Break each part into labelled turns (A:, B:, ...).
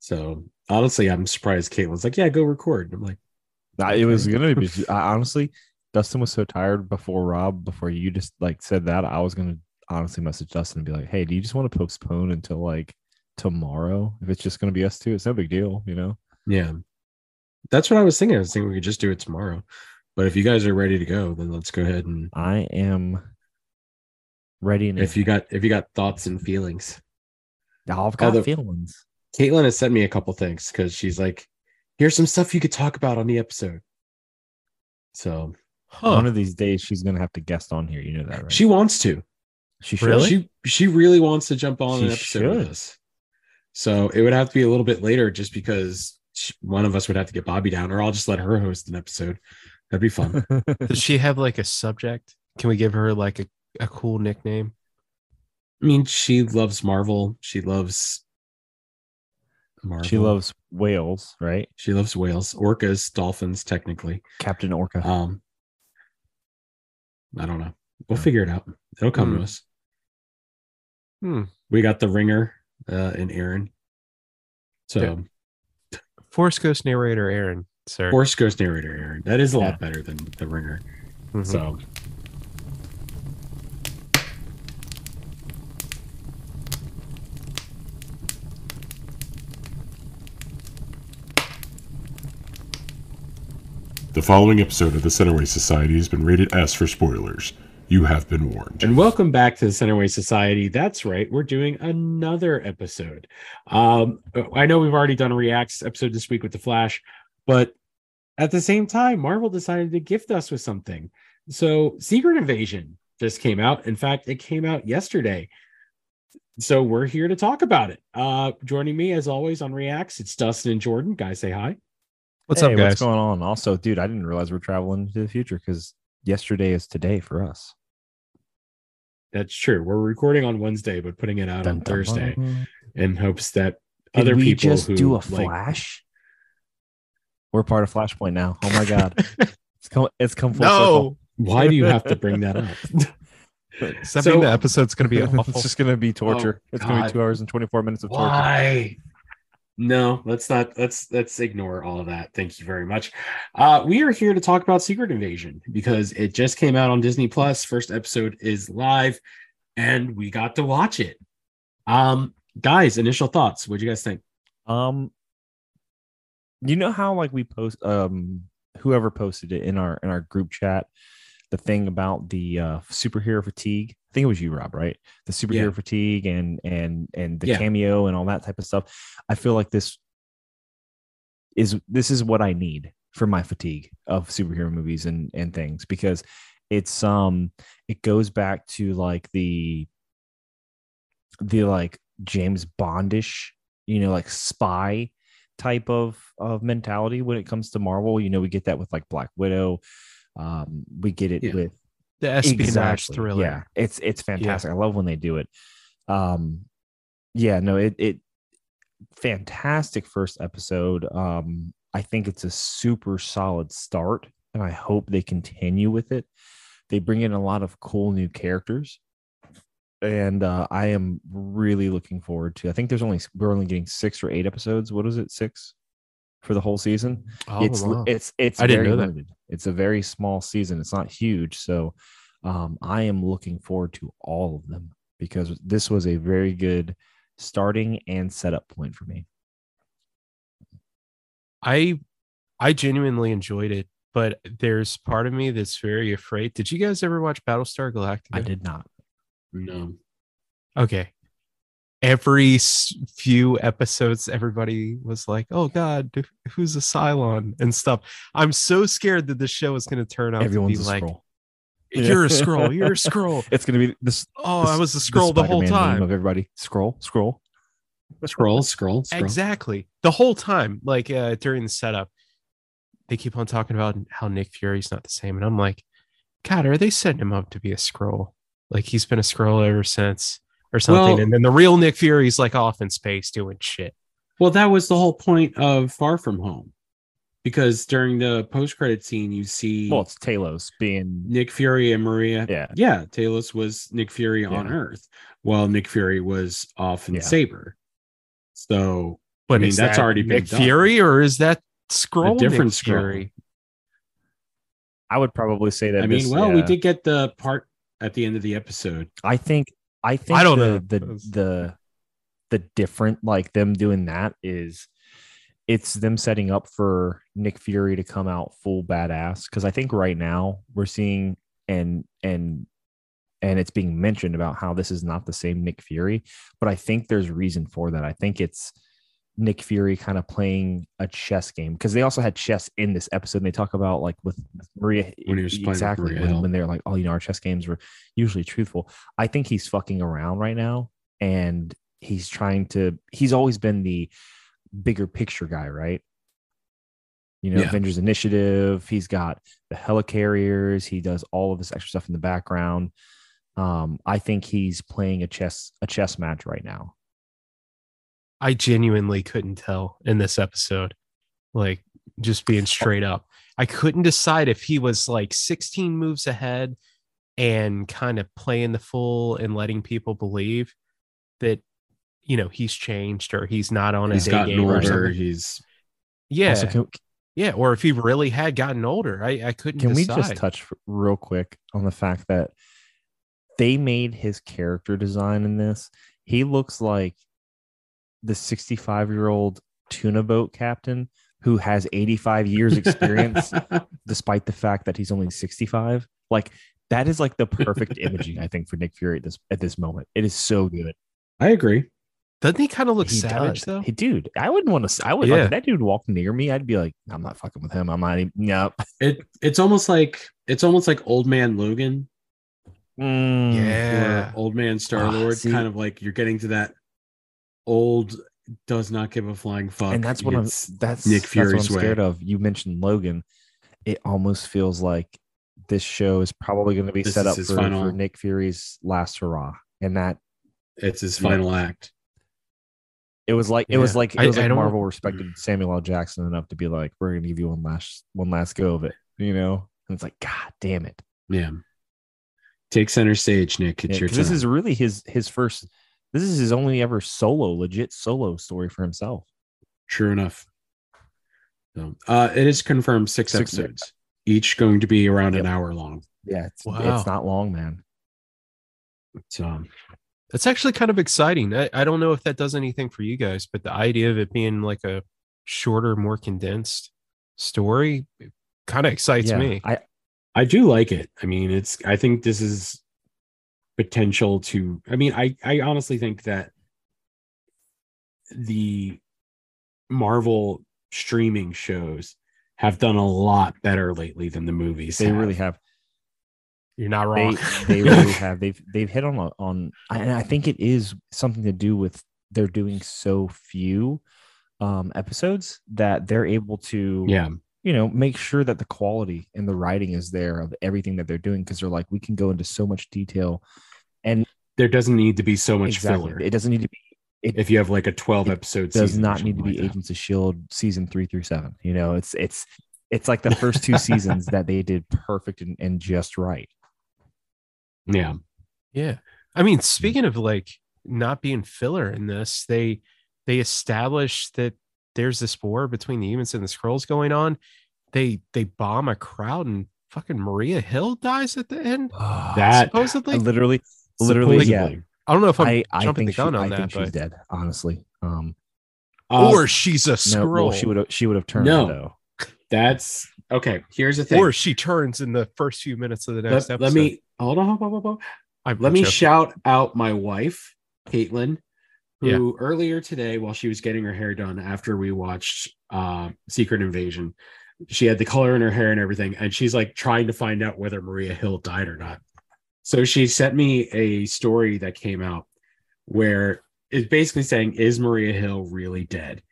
A: So honestly, I'm surprised Caitlin's like, yeah, go record. I'm like,
B: Nah, it was gonna be I, honestly. Dustin was so tired before Rob, before you just like said that, I was gonna honestly message Dustin and be like, "Hey, do you just want to postpone until like tomorrow? If it's just gonna be us two, it's no big deal, you know."
A: yeah, that's what I was thinking. I was thinking we could just do it tomorrow. But if you guys are ready to go, then let's go ahead and
B: I am ready. Now.
A: if you got if you got thoughts and feelings.
B: I've got
A: Although-
B: feelings.
A: Caitlin has sent me a couple things because she's like, here's some stuff you could talk about on the episode. So
B: One of these days, she's gonna have to guest on here. You know that, right?
A: she wants to.
B: she
C: Really?
A: She she really wants to jump on
B: She
A: an episode with
B: should.
A: us. So it would have to be a little bit later just because sh one of us would have to get Bobby down, or I'll just let her host an episode. That'd be fun.
C: Does she have like a subject? Can we give her like a, a cool nickname?
A: I mean, she loves Marvel. She loves Marvel.
B: she loves whales, right?
A: she loves whales, orcas, dolphins, technically.
B: Captain Orca.
C: Uh,
A: Um, I don't know. We'll
B: Yeah.
A: figure it out. It'll come
C: Hmm.
A: to us.
C: Hmm.
A: We got the ringer uh, and Aaron. So
C: Yeah. Forest Ghost narrator Aaron, sir.
A: Forest Ghost narrator Aaron. That is a lot better than the ringer.
C: Mhm.
A: So
D: The following episode of the Centerway Society has been rated S for spoilers. You have been warned.
A: and welcome back to the Centerway Society. That's right. We're doing another episode. Um, I know we've already done a reacts episode this week with the Flash, but at the same time, Marvel decided to gift us with something. So Secret Invasion just came out. In fact, it came out yesterday. So we're here to talk about it. Uh, joining me as always on reacts, it's Dustin and Jordan. Guys, say hi.
C: what's
B: Hey,
C: up, guys?
B: What's going on? Also, dude, I didn't realize we're traveling into the future because yesterday is today for us.
A: That's true. We're recording on Wednesday, but putting it out
B: Dun,
A: on
B: dun,
A: Thursday
B: dun.
A: in hopes that
B: Did
A: other
B: we
A: people
B: just
A: who
B: do a
A: like-
B: flash? We're part of Flashpoint now. Oh my god, it's come, it's come full
C: no,
A: Why do you have to bring that up?
B: circle.
C: does that
A: So-
C: mean the episode's gonna be awful?
B: it's just gonna be torture. it's gonna
A: Oh, God.
B: be two hours and twenty four minutes of torture.
A: Why? No, let's not. Let's let's ignore all of that. Thank you very much. Uh, we are here to talk about Secret Invasion because it just came out on Disney Plus. First episode is live, and we got to watch it. Um, guys, initial thoughts. What do you guys think?
B: Um, you know how like we post um whoever posted it in our in our group chat the thing about the uh superhero fatigue. I think it was you, Rob, right? The superhero
A: Yeah.
B: fatigue and and and the
A: Yeah.
B: cameo and all that type of stuff. I feel like this is this is what I need for my fatigue of superhero movies and and things because it's um it goes back to like the the like James Bondish, you know, like spy type of of mentality when it comes to Marvel. You know, we get that with like Black Widow. Um, we get it
A: Yeah.
B: with
C: the espionage
B: Exactly.
C: thriller.
B: Yeah, it's it's fantastic. I love when they do it. Um, yeah, no, it it fantastic first episode. Um, I think it's a super solid start, and I hope they continue with it. They bring in a lot of cool new characters, and uh, I am really looking forward to. I think there's only we're only getting six or eight episodes. What is it, six for the whole season?
C: Oh,
B: it's
C: wow.
B: it's it's
C: I didn't
B: very
C: know that.
B: limited. It's a very small season. It's not huge, so um, I am looking forward to all of them because this was a very good starting and setup point for me.
C: I I genuinely enjoyed it, but there's part of me that's very afraid. Did you guys ever watch Battlestar Galactica?
B: I did not.
A: No,
C: Okay. Every s- few episodes, everybody was like, "Oh God, who's a Cylon?" and stuff. I'm so scared that this show is going to turn out
B: Everyone's
C: to
B: a
C: be like,
B: scroll.
C: "You're a scroll. You're a scroll."
B: It's gonna be this.
C: Oh, I was a scroll the, whole time.
B: of everybody. Scroll, scroll.
A: scroll, scroll, scroll.
C: Exactly. The whole time, like uh, during the setup, they keep on talking about how Nick Fury's not the same. And I'm like, God, are they setting him up to be a scroll? Like he's been a scroll ever since or something.
A: Well-
C: and then the real Nick Fury's like off in space doing shit.
A: Well, that was the whole point of Far From Home, because during the post-credit scene, you see
B: Well, it's Talos being.
A: Nick Fury and Maria
B: Yeah,
A: yeah, Talos was Nick Fury on
B: Yeah.
A: Earth, while Nick Fury was off in
B: Yeah.
A: Saber. So
C: But
A: I mean,
C: is
A: that's
C: that
A: already been
C: Nick
A: done.
C: Fury, or is that scroll?
A: different
C: different
A: Skrull.
C: Fury.
B: I would probably say that.
A: I mean,
B: this-
A: well, we
B: yeah.
A: did get the part at the end of the episode.
B: I think. I think.
C: don't
B: the,
C: know.
B: the
C: That's-
B: the the different like them doing that is it's them setting up for Nick Fury to come out full badass because I think right now we're seeing and and and it's being mentioned about how this is not the same Nick Fury, but I think there's reason for that. I think it's Nick Fury kind of playing a chess game because they also had chess in this episode. And they talk about like with Maria
A: When he was playing with
B: exactly
A: Maria
B: when,
A: Hill.
B: when they're like, oh, you know, our chess games were usually truthful. I think he's fucking around right now and he's trying to, he's always been the bigger picture guy, right? You know,
A: Yeah.
B: Avengers Initiative, he's got the helicarriers, he does all of this extra stuff in the background. Um, I think he's playing a chess a chess match right now.
C: I genuinely couldn't tell in this episode. Like just being straight up. I couldn't decide if he was like 16 moves ahead and kind of playing the fool and letting people believe that you know he's changed or he's not on his
A: He's
C: A
A: gotten
C: game or
A: older.
C: something.
A: He's
C: Yeah.
B: Also, can,
C: yeah, or if he really had gotten older. I I couldn't
B: can we
C: decide.
B: just touch f- real quick on the fact that they made his character design in this? He looks like the 65 year old tuna boat captain who has 85 years experience despite the fact that he's only 65 like that is like the perfect imaging i think for nick fury at this at this moment it is so good
A: I agree.
C: Doesn't he kind of look
B: He
C: savage
B: does.
C: though?
B: He- dude i wouldn't want to i would like,
C: Yeah.
B: if that dude walked near me i'd be like i'm not fucking with him i'm not even nope
A: It it's almost like it's almost like old man Logan
B: Mm.
A: or old man Star Lord.
B: Ah, see-
A: kind of like you're getting to that old does not give a flying fuck.
B: and that's what i'm
A: It's-
B: that's
A: Nick
B: that's what
A: Fury's
B: i'm
A: way.
B: scared of you mentioned logan it almost feels like this show is probably going to be
A: This
B: set
A: is
B: up for,
A: his
B: for
A: final-
B: nick fury's last hurrah and that
A: It's his
B: Yeah.
A: final act.
B: It was like it was
C: Yeah.
B: like it
C: I-
B: was
C: I
B: like
C: don't-
B: Marvel respected Samuel L. Jackson enough to be like, we're gonna give you one last one last go of it, you know? And it's like, God damn it.
A: Yeah. Take center stage, Nick. It's
B: Yeah,
A: your
B: 'cause
A: time.
B: this is really his his first this is his only ever solo, legit solo story for himself.
A: True enough. So, uh, it is confirmed six,
B: Six-
A: episodes, each going to be around
B: Yep.
A: an hour long.
B: Yeah, it's
C: Wow.
B: it's not long, man.
A: So
C: That's actually kind of exciting. I, I don't know if that does anything for you guys, but the idea of it being like a shorter, more condensed story kind of excites
B: yeah,
C: me.
B: I
A: I do like it. I mean, it's. I think this is potential to. I mean, I I honestly think that the Marvel streaming shows have done a lot better lately than the movies.
B: they really have
C: You're not
B: they
C: wrong.
B: they really have they've they've hit on a- on and I think it is something to do with they're doing so few um episodes that they're able to
A: Yeah.
B: you know, make sure that the quality and the writing is there of everything that they're doing because they're like, we can go into so much detail.
A: There doesn't need to be so much
B: exactly.
A: filler
B: It doesn't need to be,
A: if you have like a twelve episode.
B: it does
A: season or
B: not need to
A: something
B: be
A: like that.
B: Agents of Shield E season three through seven. You know, it's it's it's like the first two seasons that they did perfect and, and just right.
A: Yeah.
C: yeah. I
B: Mm.
C: mean, speaking of like not being filler in this, they they establish that there's this war between the humans and the scrolls going on. They they bomb a crowd and fucking Maria Hill dies at the end.
A: That
B: I
C: Supposedly,
B: literally, literally, yeah.
A: supposedly.
C: I don't know if I'm
B: I, I
C: jumping
B: think,
C: the gun
B: she,
C: on
B: I
C: that,
B: think she's
C: but
B: dead, honestly. Um,
A: Uh,
C: or she's a
B: no,
C: scroll.
B: well, she would have she would have turned
A: No.
B: though.
A: That's okay. Here's the thing.
C: Or she turns in the first few minutes of the next
A: let,
C: episode.
A: let me hold on. hold on, hold on.
C: I'm
A: Let me
C: joking.
A: shout out my wife, Caitlin, who
C: Yeah.
A: earlier today, while she was getting her hair done after we watched uh, Secret Invasion, she had the color in her hair and everything, and she's like trying to find out whether Maria Hill died or not. So she sent me a story that came out where it's basically saying, "Is Maria Hill really dead?"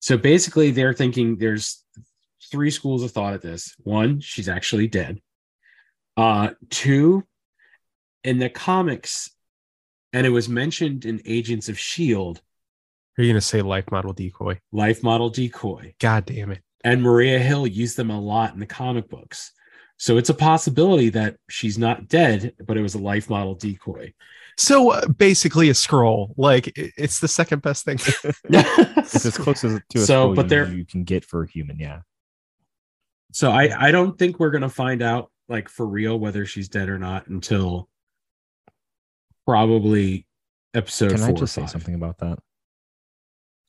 A: So basically, they're thinking there's three schools of thought at this. One, she's actually dead. Uh, two, in the comics, and it was mentioned in Agents of Shield,
C: Are you gonna say life model decoy?
A: E life model decoy,
C: God damn it!
A: and Maria Hill used them a lot in the comic books. So it's a possibility that she's not dead, but it was a life model decoy.
C: So uh, basically, a scroll. Like it- it's the second best thing.
B: It's as close as to a
A: So,
B: skull
A: but
B: you-
A: they're-
B: you can get for a human. Yeah.
A: so I I don't think we're gonna find out like for real whether she's dead or not until probably episode
B: Can
A: four.
B: I
A: or
B: just say
A: five.
B: something about that?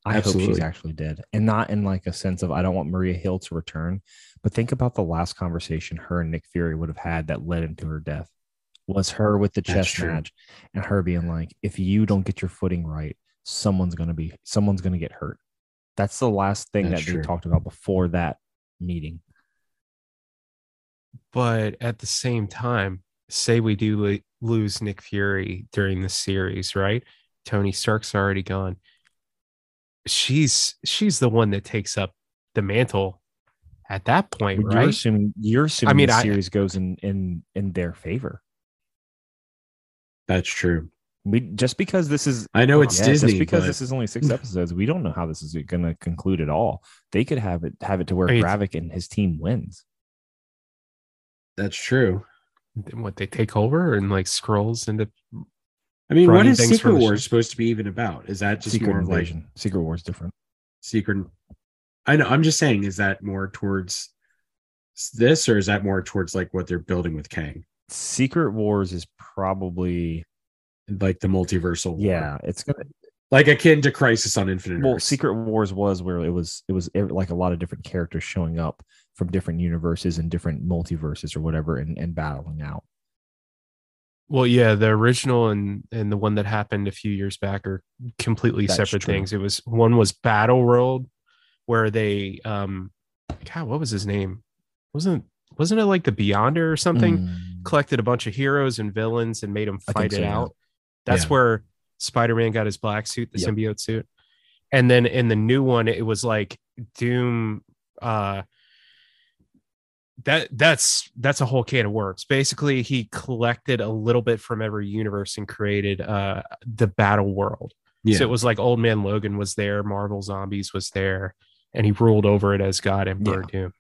B: I hope she's
A: Absolutely.
B: actually dead, and not in like a sense of I don't want Maria Hill to return, but think about the last conversation her and Nick Fury would have had that led into her death. Was her with the
A: That's
B: chess
A: true.
B: match and her being like, "If you don't get your footing right, someone's gonna be someone's gonna get hurt." That's the last thing
A: That's
B: that
A: true.
B: they talked about before that meeting.
C: but at the same time, say we do lo- lose Nick Fury during the series, right? Tony Stark's already gone. She's she's the one that takes up the mantle at that point,
B: You're
C: right?
B: assuming you're assuming
C: mean,
B: the
C: I-
B: series goes in in in their favor.
A: That's true.
B: We just because this is
A: I know it's
B: Oh, Yeah,
A: Disney.
B: Just because
A: but-
B: this is only six episodes, we don't know how this is going to conclude at all. They could have it have it to where
C: I mean-
B: Gravik and his team wins.
A: That's true.
C: What they take over and like scrolls into
A: I mean, what
C: Running
A: is
C: things from
A: Secret
C: the
A: Wars
C: show.
A: supposed to be even about? Is that just
B: Secret
A: more of like
B: invasion, Secret War is different.
A: secret? I know. I'm just saying, is that more towards this, or is that more towards like what they're building with Kang,
B: Secret Wars is probably
A: like the multiversal? war?
B: yeah. It's gonna
A: like akin to Crisis on Infinite
B: well.
A: Earths.
B: Secret Wars was where it was it was ev- like a lot of different characters showing up from different universes and different multiverses or whatever and, and battling out.
C: Well, yeah, the original and and the one that happened a few years back are completely
B: That's
C: separate
B: true.
C: things. It was one was Battle World, where they um, God, what was his name? Wasn't wasn't it like the Beyonder or something?
B: Mm.
C: Collected a bunch of heroes and villains and made them
B: I think
C: fight it
B: so, yeah.
C: out. That's
A: Yeah.
C: where Spider Man got his black suit, the
B: Yep.
C: symbiote suit, and then in the new one, it was like Doom. Uh, that that's that's a whole can of worms. Basically, he collected a little bit from every universe and created uh the battle world.
A: yeah.
C: So it was like Old Man Logan was there, Marvel Zombies was there, and he ruled over it as God Emperor Doom.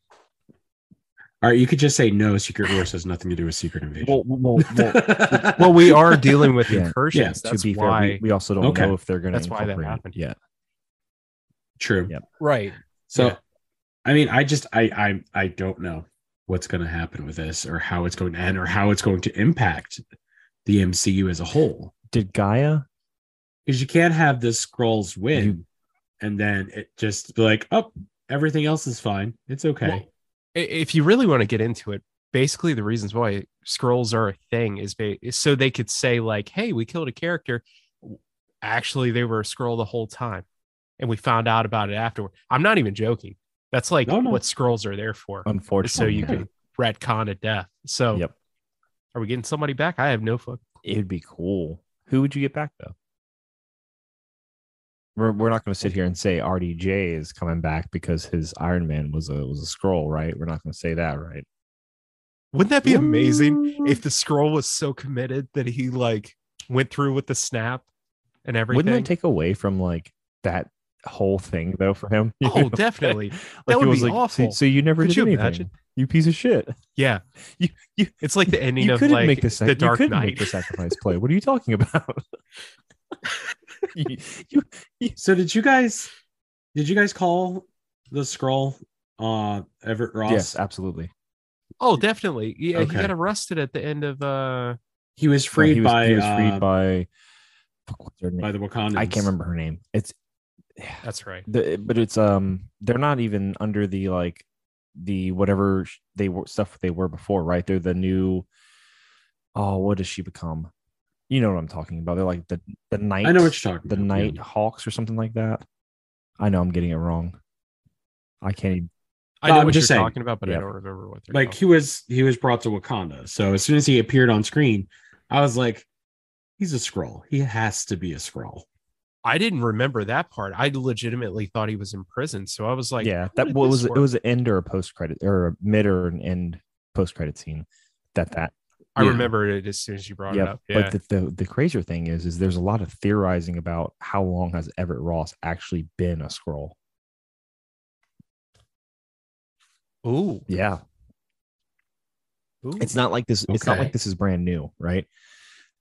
A: All right, you could just say no. Secret Wars has nothing to do with Secret Invasion.
B: Well, well, well,
C: Well, we are dealing with
B: Yeah.
C: incursions.
B: to
C: that's
B: be fair,
C: why.
B: we, we also don't
A: Okay.
B: know if they're going to
C: That's why that happened.
B: Yeah,
A: true.
B: Yeah.
C: right.
A: So,
C: Yeah.
A: I mean, I just I I I don't know what's going to happen with this, or how it's going to end, or how it's going to impact the MCU as a whole.
B: did Gaia
A: because you can't have the scrolls win
B: You-
A: and then it just be like oh everything else is fine it's okay
C: Well, i- if you really want to get into it, basically the reasons why scrolls are a thing is ba- is so they could say like, "Hey, we killed a character. Actually, they were a scroll the whole time, and we found out about it afterward." I'm not even joking. That's like
A: No, no.
C: what scrolls are there for,
B: unfortunately
C: so you
A: yeah.
C: can retcon a death. So,
B: Yep.
C: are we getting somebody back? I have no fuck.
B: It'd be cool. Who would you get back though? We're, we're not going to sit here and say RDJ is coming back because his Iron Man was a was a scroll, right? We're not going to say that, right?
C: Wouldn't that be amazing if the scroll was so committed that he like went through with the snap and everything?
B: Wouldn't that take away from like that whole thing though for him? You
C: oh,
B: know?
C: definitely.
B: Like,
C: That
B: it
C: would
B: was
C: be
B: like, so-
C: awful.
B: So, you never
C: Could
B: did
C: you
B: anything.
C: imagine?
B: You piece of shit.
C: Yeah.
B: You- you-
C: it's like the ending
B: you
C: of
B: couldn't
C: like
B: make the, sac-
C: the
B: you
C: Dark
B: couldn't
C: Knight.
B: make the sacrifice play. What are you talking about? you, you,
A: so did you guys did you guys call the scroll uh everett ross
B: yes, absolutely.
C: oh, definitely. Yeah,
A: Okay.
C: he got arrested at the end of uh
A: he was
B: No,
A: freed
B: he was,
A: by
B: he was freed
A: uh, by,
B: by fuck, what's her name?
A: the wakandans
B: I can't remember her name. It's yeah,
C: that's right.
B: the, but it's um they're not even under the like the whatever sh- they were stuff they were before, right? They're the new oh, what does she become? You know what I'm talking about. They're like the the night
A: i know what you're talking
B: the
A: about
B: night
A: yeah.
B: hawks or something like that. I know I'm getting it wrong. I can't even
C: I
A: No,
C: know
A: I'm
C: what
A: just
C: you're
A: saying.
C: talking about, but
B: Yeah.
C: I don't remember what they're
A: like
C: called.
A: he was he was brought to wakanda so as soon as he appeared on screen i was like he's a scroll he has to be a scroll
C: I didn't remember that part. I legitimately thought he was in prison, so I was like,
B: yeah,
C: how
B: that
C: did
B: what
C: this
B: was it
C: work?
B: was an end or a post credit or a mid or an end post credit scene that that
C: I
A: yeah.
C: remembered it as soon as you brought it up. Yeah,
B: But the, the the crazier thing is, is there's a lot of theorizing about how long has Everett Ross actually been a scroll.
C: ooh,
B: Yeah.
C: ooh.
B: It's not like this, it's not
C: Okay.
B: like this is brand new, right?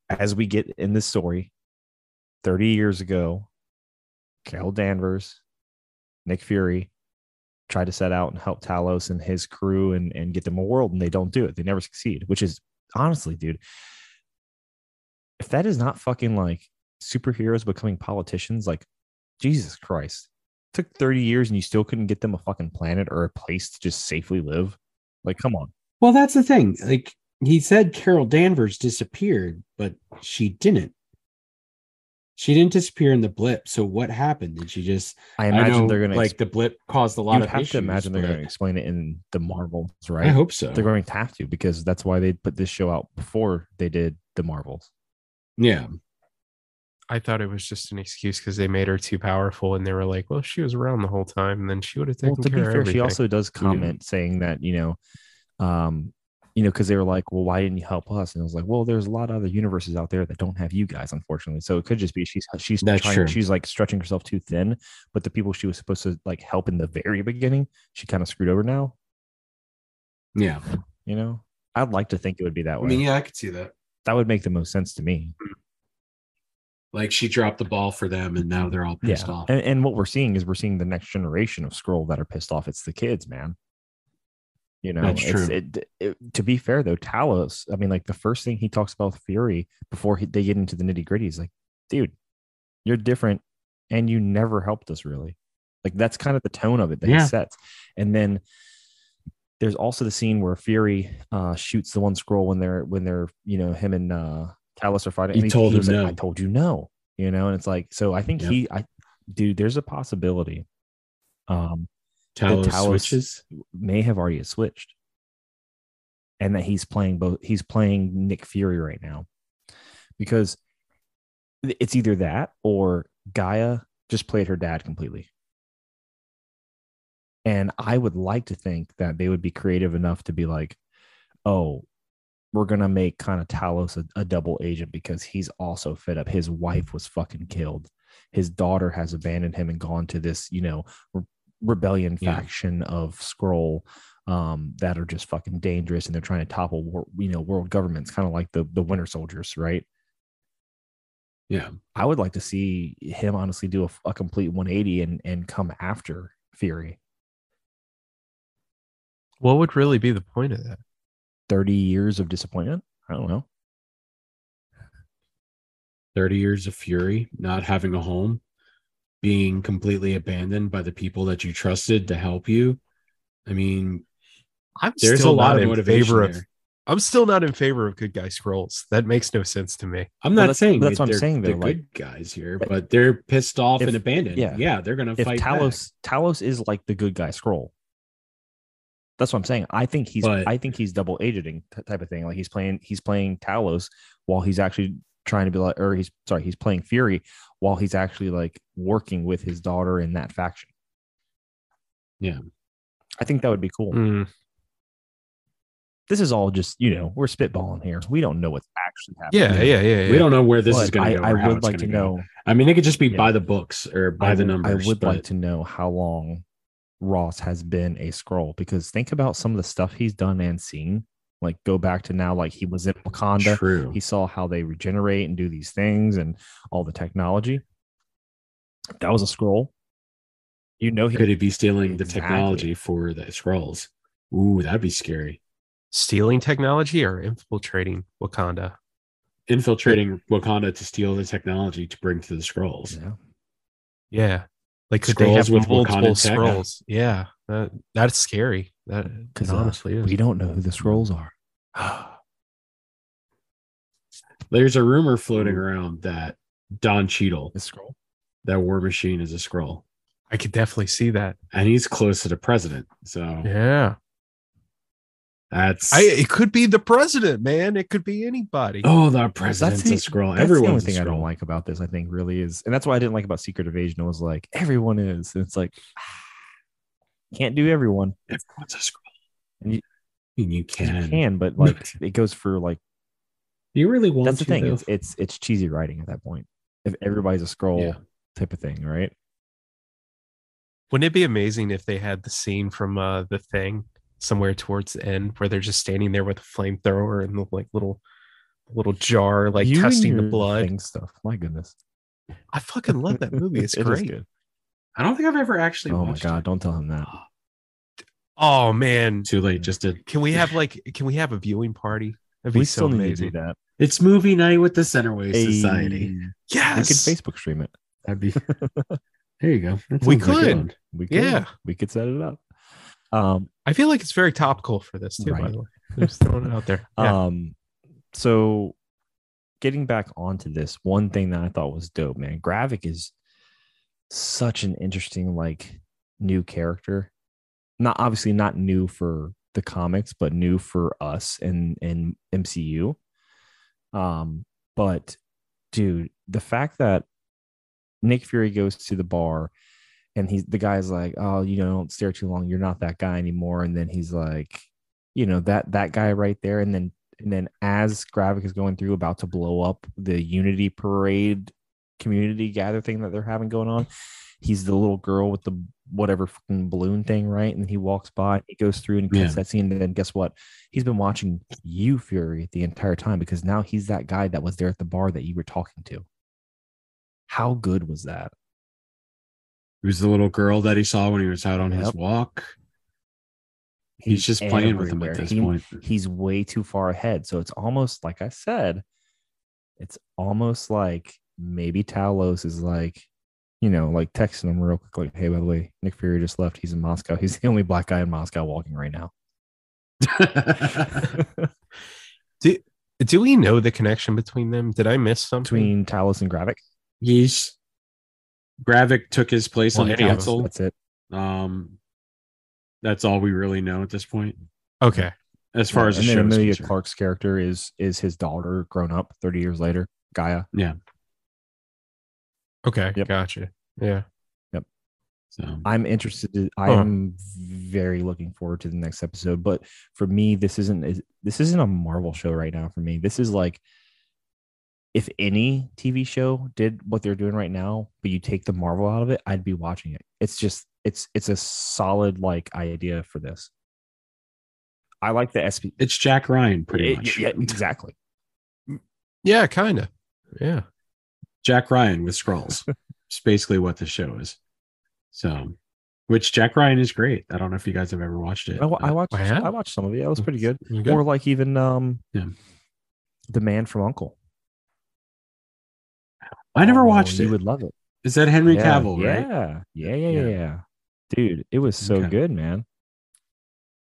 B: as we get in this story, 30 years ago, Carol Danvers, Nick Fury try to set out and help Talos and his crew and, and get them a world, and they don't do it. They never succeed, which is honestly, dude, if that is not fucking like superheroes becoming politicians, like Jesus Christ. It took 30 years and you still couldn't get them a fucking planet or a place to just safely live. Like, come on.
A: Well, that's the thing. Like he said, Carol Danvers disappeared, but she didn't. She didn't disappear in the blip. So what happened? Did she just?
B: I imagine
A: know,
B: they're gonna
A: like
B: ex-
A: the blip caused a lot
B: you
A: of
B: have
A: issues.
B: to imagine they're
A: but
B: gonna explain it in the Marvels,
A: I
B: right?
A: hope so.
B: they're going to have to because that's why they put this show out before they did the Marvels.
A: Yeah,
C: I thought it was just an excuse because they made her too powerful, and they were like, "Well, she was around the whole time, and then she would have taken
B: Well, to be
C: care of
B: fair,
C: everything."
B: she also does
A: You know.
B: comment saying that you know, um, you know, because they were like, "Well, why didn't you help us?" And I was like, "Well, there's a lot of other universes out there that don't have you guys, unfortunately." So it could just be she's she's
A: That's
B: trying,
A: true.
B: she's like stretching herself too thin. But the people she was supposed to like help in the very beginning, she kind of screwed over now.
A: yeah.
B: You know, I'd like to think it would be that
A: I
B: way.
A: mean, yeah, I could see that.
B: That would make the most sense to me.
A: Like she dropped the ball for them, and now they're all pissed off.
B: And, and what we're seeing is we're seeing the next generation of scroll that are pissed off. It's the kids, man. You know,
A: That's
B: it's-
A: true.
B: It, it- to be fair though, Talos. I mean, like the first thing he talks about with Fury before he, they get into the nitty gritty is like, "Dude, you're different, and you never helped us really." Like that's kind of the tone of it that
A: Yeah.
B: he sets. And then there's also the scene where Fury uh, shoots the one scroll when they're when they're you know him and uh, Talos are fighting.
A: He
B: and
A: told
B: was
A: him
B: like,
A: no.
B: I told you no. You know, and it's like so. I think
A: Yep.
B: he, I dude, there's a possibility. Um,
A: Talos,
B: the Talos-
A: switches.
B: may have already switched, and that he's playing both. He's playing Nick Fury right now, because it's either that or Gaia just played her dad completely. And I would like to think that they would be creative enough to be like, oh, we're gonna make kind of Talos a, a double agent because he's also fed up. His wife was fucking killed. His daughter has abandoned him and gone to this, you know, re- rebellion
A: Yeah.
B: faction of Scroll um, that are just fucking dangerous, and they're trying to topple, wor- you know, world governments, kind of like the the Winter Soldiers, right?
A: Yeah.
B: I would like to see him honestly do a, a complete 180 and and come after Fury.
C: what would really be the point of that?
B: 30 years of disappointment. I don't know.
A: Thirty years of fury, not having a home, being completely abandoned by the people that you trusted to help you. I mean,
C: I'm
A: there's
C: still
A: a lot
C: not
A: of
C: in
A: motivation
C: favor of.
A: there.
C: I'm still not in favor of good guy scrolls. That makes no sense to me.
A: I'm
B: Well,
A: not
B: that's-
A: saying
B: that's what I'm
A: they're
B: saying,
A: the
B: though,
A: good guys here, but they're pissed off
B: If-
A: and abandoned.
B: yeah.
A: Yeah, they're gonna
B: if
A: fight
B: Talos Talos is like the good guy scroll. That's what I'm saying. I think he's
A: But-
B: I think he's double agenting t- type of thing. Like he's playing he's playing Talos while he's actually trying to be like or he's sorry, he's playing Fury while he's actually like working with his daughter in that faction.
A: Yeah.
B: I think that would be cool.
C: Mm,
B: This is all just, you know, we're spitballing here. We don't know what's actually happening.
C: Yeah, yeah, yeah, yeah.
A: back. We don't know where this is
B: But
A: gonna
B: I,
A: go.
B: I
A: or how
B: would
A: it's
B: like to
A: gonna go.
B: know
A: I mean, it could just be
B: Yeah.
A: by the books or by
B: I
A: the
B: would-
A: numbers.
B: I would
A: but
B: like to know how long Ross has been a scroll because think about some of the stuff he's done and seen. Like go back to now, like he was in Wakanda.
A: True.
B: He saw how they regenerate and do these things and all the technology. If that was a scroll, you know he
A: could he be stealing the
B: Exactly.
A: technology for the scrolls? Ooh, that'd be scary.
C: stealing technology or infiltrating Wakanda.
A: Infiltrating Wakanda to steal the technology to bring to the scrolls.
B: Yeah.
C: Yeah. Like could they
A: Scrolls
C: have
A: with
C: multiple
A: Wakandan tech?
C: scrolls? Yeah. That, that's scary. That it
B: 'Cause, uh,
C: honestly is.
B: we don't know who the scrolls are.
A: There's a rumor floating
B: Ooh.
A: around that Don Cheadle,
B: The scroll.
A: that War Machine, is a scroll,
C: I could definitely see that.
A: and he's close to the president. So
C: Yeah.
A: that's
C: I it could be the president, man. It could be anybody.
A: Oh, the president's
B: the-
A: a scroll.
B: That's the only
A: Everyone's a
B: thing I don't
A: scroll.
B: like about this. I think really is, and that's why I didn't like about Secret Invasion. It was like everyone is, and it's like can't do everyone.
A: Everyone's a scroll.
B: And you-
A: I mean, you can.
B: You can, but like it goes for like
A: Do you really want
B: that's
A: to?
B: the thing.
A: though?
B: It's, it's it's cheesy writing at that point. If everybody's a scroll
A: Yeah.
B: type of thing, right?
C: Wouldn't it be amazing if they had the scene from uh the thing somewhere towards the end where they're just standing there with a flamethrower and the like little little jar, like
B: You and
C: testing the
B: your
C: blood.
B: thing stuff. My goodness,
C: I fucking love that movie. It's
B: It is
C: great.
B: good.
A: I don't think I've ever actually.
B: Oh my
A: watched
B: god,
A: it.
B: don't tell him that.
C: Oh man,
A: Too late. Just did.
C: can we have like can we have a viewing party? That'd be
B: We
C: so
B: still need
C: amazing.
B: to do that.
A: It's movie night with the Centerway
B: Hey,
A: Society.
B: We could
C: Yes,
B: Facebook stream it.
A: That'd be. there you go. That
C: We
A: sounds like
C: could.
A: fun.
B: We could,
C: Yeah.
B: we could set it up. Um,
C: I feel like it's very topical for this too. By
B: Right.
C: the way, I'm just throwing it out there. Yeah.
B: Um, so getting back onto this, one thing that I thought was dope, man. Gravik is such an interesting, like, new character. Not obviously not new for the comics, but new for us and and MCU. Um, but dude, the fact that Nick Fury goes to the bar and he's the guy's like, Oh, you know, don't stare too long, you're not that guy anymore. And then he's like, you know, that that guy right there, and then and then as Gravik is going through about to blow up the Unity parade community gather thing that they're having going on, he's the little girl with the whatever fucking balloon thing, right? And he walks by, he goes through and cuts
A: Yeah.
B: that scene. And then guess what? He's been watching you, Fury, the entire time because now he's that guy that was there at the bar that you were talking to. How good was that?
A: Who's the little girl that he saw when he was out on his
B: Yep.
A: walk? He's just playing with him
B: everywhere.
A: at this
B: He-
A: point.
B: he's way too far ahead. So it's almost like I said, it's almost like maybe Talos is like, you know, like texting him real quick, like, hey, by the way, Nick Fury just left. He's in Moscow. He's the only black guy in Moscow walking right now.
C: Do we know the connection between them? Did I miss something?
B: Between Talos and Gravik.
A: Yeesh. Gravik took his place on
C: Well,
A: the
C: yeah,
A: council.
B: That's it.
A: Um, that's all we really know at this point,
C: okay,
A: as far as the
B: and then
A: show is
B: Amelia
A: concerned.
B: Clark's character is is his daughter grown up 30 years later, Gaia.
C: okay,
B: Yep.
C: gotcha. Yeah,
A: So,
B: I'm interested. to-
C: Huh.
B: I'm very looking forward to the next episode. But for me, this isn't is- this isn't a Marvel show right now. For me, this is like if any TV show did what they're doing right now, but you take the Marvel out of it, I'd be watching it. It's just it's it's a solid like idea for this. I like the SP.
A: it's Jack Ryan, pretty
B: it-
A: much.
B: yeah, exactly.
C: yeah, kind of. Yeah,
A: Jack Ryan with scrolls. it's basically what the show is. So, which Jack Ryan is great. I don't know if you guys have ever watched it.
B: I, wa- I
A: but
B: watched
C: I have.
B: I watched some of it. That was pretty good.
C: You good?
B: Or like even um,
A: Yeah.
B: the man from Uncle.
A: I never
B: Oh,
A: watched
B: You
A: it.
B: would love it.
A: Is that Henry
B: yeah,
A: Cavill,
B: yeah.
A: right?
B: Yeah, yeah,
A: Yeah.
B: yeah, yeah. Dude, it was so
A: Okay.
B: good, man.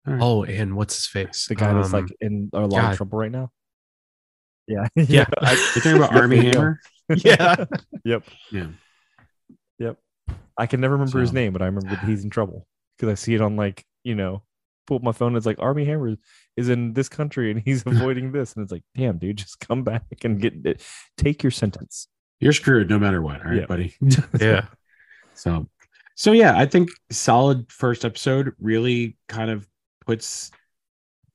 C: oh, and what's his face?
B: The guy that's like
C: Um,
B: in a lot
C: God.
B: of trouble right now. Yeah.
C: yeah,
A: You're talking about
B: Yeah,
A: Army
B: there you go.
A: Hammer?
C: yeah.
B: Yep.
A: Yeah.
B: Yep. I can never remember his
A: So-
B: name, but I remember that he's in trouble because I see it on like, you know, pull up my phone. It's like Army Hammer is in this country and he's avoiding this. And it's like, damn, dude, just come back and get it. Take your sentence.
A: You're screwed no matter what. All right,
B: Yeah.
A: buddy.
C: yeah.
A: So, so yeah, I think solid first episode really kind of puts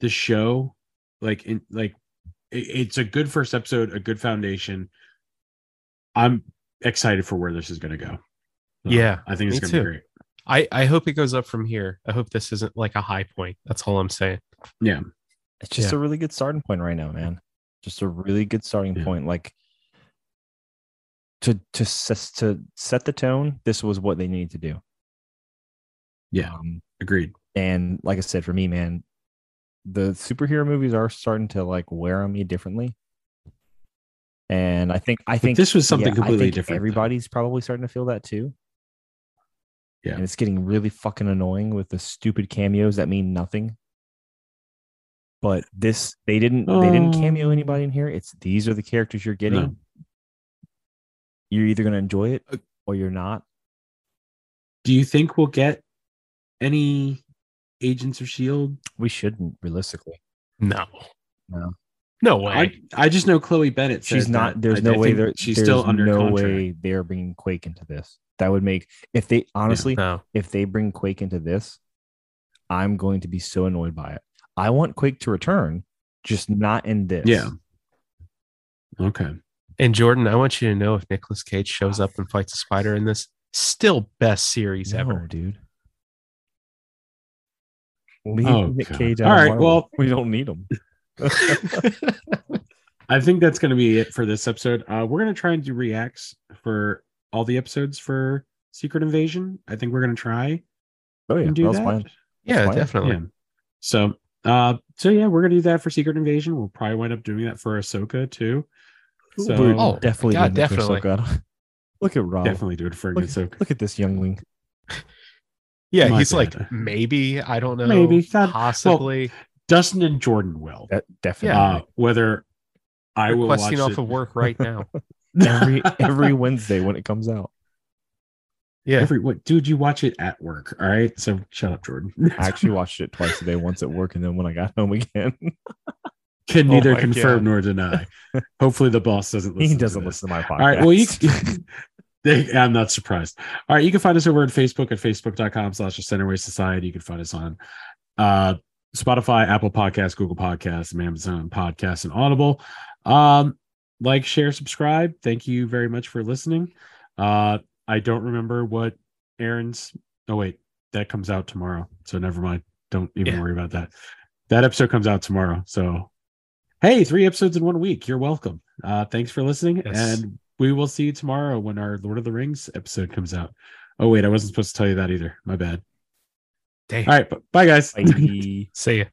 A: the show like in like it- it's a good first episode, a good foundation. I'm excited for where this is going to go.
C: Yeah,
A: I think it's
C: me
A: going to be
C: too.
A: great.
C: I I hope it goes up from here. I hope this isn't like a high point. That's all I'm saying.
A: Yeah,
B: It's just
C: Yeah.
B: a really good starting point right now, man. Just a really good starting
A: Yeah.
B: point. Like to to s- to set the tone. This was what they needed to do.
A: Yeah.
B: Um,
A: agreed.
B: and like I said, for me, man, the superhero movies are starting to like wear on me differently. And I think I
A: But
B: think
A: this was something
B: yeah, I
A: completely
B: think
A: different. though.
B: Everybody's probably starting to feel that too.
A: Yeah.
B: And it's getting really fucking annoying with the stupid cameos that mean nothing. But this they didn't they didn't cameo
A: Um,
B: anybody in here. It's these are the characters you're getting.
A: No.
B: You're either gonna enjoy it
C: Uh,
B: or you're not.
A: Do you think we'll get any Agents of Shield?
B: We shouldn't realistically.
C: No.
B: No.
C: No way.
A: I I just know Chloe Bennett.
B: She's
A: said
B: not
A: that.
B: there's
A: I-
B: no
A: I
B: way
A: think
B: there,
A: she's
B: there's
A: still under
B: no
A: contract.
B: way they're bringing Quake into this. That would make if they honestly
C: no.
B: if they bring Quake into this, I'm going to be so annoyed by it. I want Quake to return, just not in this.
A: Yeah. Okay.
C: And Jordan, I want you to know if Nicolas Cage shows up and fights a spider in this, still best series
B: No,
C: ever.
B: dude. Leave
A: Oh,
B: Nick
A: God.
B: Cage out.
A: Oh, All
B: of
A: right,
B: Marvel.
A: well-
B: we don't need him.
A: I think that's going to be it for this episode. Uh, we're going to try and do reacts for all the episodes for Secret Invasion. I think we're going to try
B: Oh yeah,
A: and
B: that
A: do
B: was
A: that.
B: fine.
C: Yeah,
B: fine.
C: definitely.
A: Yeah. So, uh, so yeah, we're gonna do that for Secret Invasion. We'll probably wind up doing that for Ahsoka too. So
B: We're
C: Oh,
B: definitely
C: God,
B: doing this for
C: definitely.
B: Ahsoka. Look at Rob.
A: definitely do it for
B: Look,
A: Ahsoka.
B: look at this youngling.
C: Yeah,
A: My
C: he's
A: bad.
C: like maybe I don't know,
A: Maybe, God. Well,
C: possibly
A: Dustin and Jordan will.
B: De- definitely.
A: Uh, whether I will watch
C: requesting
A: it.
C: off of work right now.
B: every every Wednesday when it comes out.
C: Yeah,
A: every what, dude, you watch it at work. All right, so shut up, Jordan.
B: I actually watched it twice a day, once at work, and then when I got home again.
A: Can
C: Oh
A: neither
C: my
A: confirm
C: God.
A: nor deny. Hopefully, the boss doesn't listen.
B: he
A: to
B: doesn't
A: this.
B: listen to my podcast.
A: All right. Well, you. They- I'm not surprised. All right, you can find us over at Facebook at facebook.com slash the Centerway Society. You can find us on uh Spotify, Apple Podcasts, Google Podcasts, Amazon Podcasts, and Audible. Um, like, share, subscribe. Thank you very much for listening. Uh I don't remember what Aaron's oh wait, that comes out tomorrow. So never mind. Don't even
C: Yeah.
A: worry about that. That episode comes out tomorrow. So hey, three episodes in one week. You're welcome. Uh thanks for listening.
C: Yes.
A: And we will see you tomorrow when our Lord of the Rings episode comes out. Oh wait, I wasn't supposed to tell you that either. My bad.
C: damn.
A: All right, b- bye guys.
B: Bye.
C: See ya.